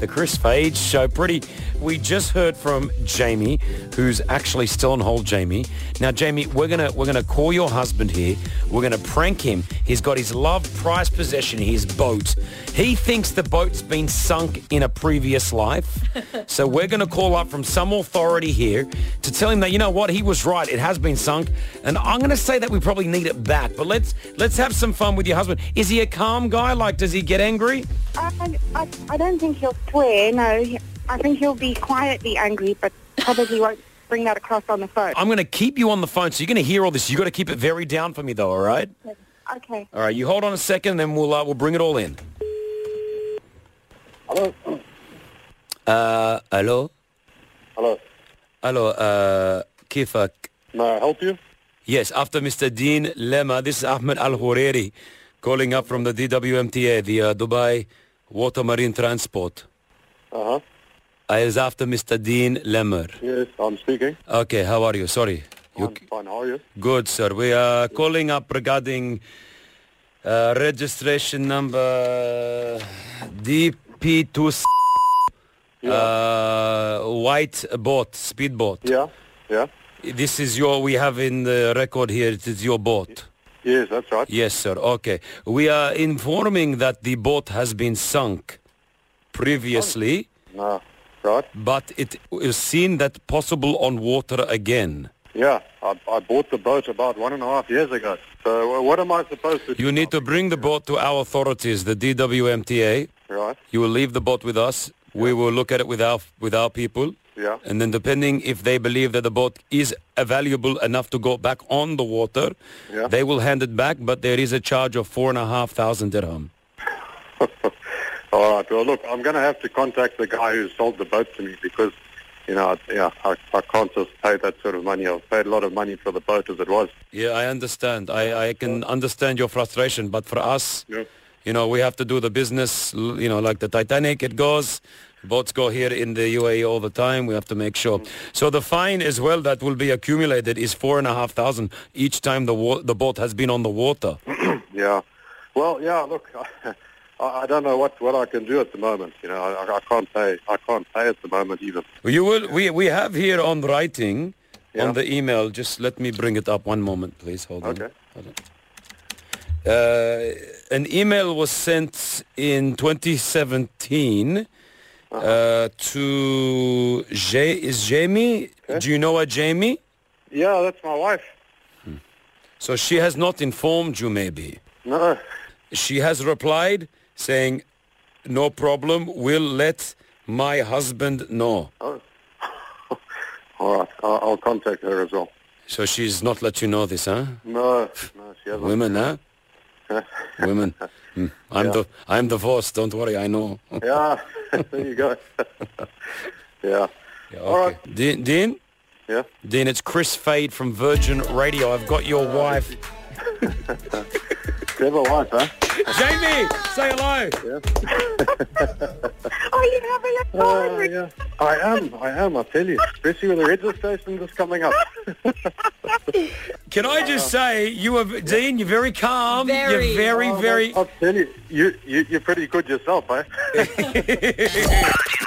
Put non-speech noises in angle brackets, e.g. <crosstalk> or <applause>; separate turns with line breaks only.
the Chris Page Show. Pretty, we just heard from Jamie, who's actually still on hold. Jamie, now Jamie, we're gonna we're gonna call your husband here. We're gonna prank him. He's got his loved prized possession, his boat. He thinks the boat's been sunk in a previous life, so we're gonna call up from some authority here to tell him that you know what he was right. It has been sunk, and I'm gonna say that we probably need it back. But let's let's have some fun with your husband. Is he a calm guy? Like, does he get angry?
I, I, I don't think he'll swear, no. He- I think he'll be quietly angry, but probably won't bring that across on the phone.
I'm going to keep you on the phone, so you're going to hear all this. You've got to keep it very down for me, though, all right?
Okay.
All right, you hold on a second, then we'll, uh, we'll bring it all in.
Hello.
Uh, hello?
Hello.
Hello, uh, Kifak.
May I help you?
Yes, after Mr. Dean Lema, this is Ahmed Al-Horeiri calling up from the DWMTA, the uh, Dubai Water Marine Transport.
Uh huh.
I is after Mr. Dean Lemmer.
Yes, I'm speaking.
Okay, how are you? Sorry. You, Uh,
I'm fine. How are you?
Good, sir. We are calling up regarding uh, registration number DP2
Yeah.
uh, white boat, speedboat.
yeah. Yeah.
This is your, we have in the record here, it is your boat.
Yes, that's right.
Yes, sir. Okay. We are informing that the boat has been sunk previously,
Nah. Right.
but it is seen that possible on water again.
Yeah. I, I bought the boat about one and a half years ago. So uh, what am I supposed to?
You need to bring the boat to our authorities, the DWMTA.
Right.
You will leave the boat with us. We will look at it with our with our people.
Yeah.
And then depending if they believe that the boat is uh, valuable enough to go back on the water,
Yeah.
they will hand it back. But there is a charge of four and a half thousand dirham.
All right. Well, look, I'm going to have to contact the guy who sold the boat to me because, you know, I, yeah, I, I can't just pay that sort of money. I've paid a lot of money for the boat as it was.
Yeah, I understand. I, I can understand your frustration. But for us,
Yeah.
you know, we have to do the business, l- you know, like the Titanic, it goes. Boats go here in the UAE all the time. We have to make sure. So the fine as well that will be accumulated is four and a half thousand each time the, wa- the boat has been on the water.
Yeah. Well, yeah. Look, <laughs> I, I don't know what, what I can do at the moment. You know, I, I can't pay. I can't pay at the moment even.
You will. We we have here on writing,
Yeah.
on the email. Just let me bring it up. One moment, please. Hold on.
Okay.
Hold on. Uh, an email was sent in 2017 uh, to Jay. Is Jamie? Do you know a Jamie?
Yeah, that's my wife.
So she has not informed you, maybe.
No.
She has replied saying, "No problem. We'll let my husband know."
Oh. All right. I'll, I'll contact her as well.
So she's not let you know this, huh?
No. No, she hasn't.
Women, huh?
<laughs>
Women. Mm. I'm the I'm divorced. Don't worry, I know.
Yeah. <laughs> there you go. yeah. All right.
Dean, Dean,
Yeah.
Dean, it's Chris Fade from Virgin Radio. I've got your wife,
Clever wife, huh?
Jamie. Say hello.
Are Oh, you having a
Uh, yeah. I am. I am. I tell you. Especially with the registration that's coming up.
Can I just say you are Dean? You're very calm.
Very.
You're
Oh,
very, very.
I'll tell you. You, you you're pretty good yourself, eh?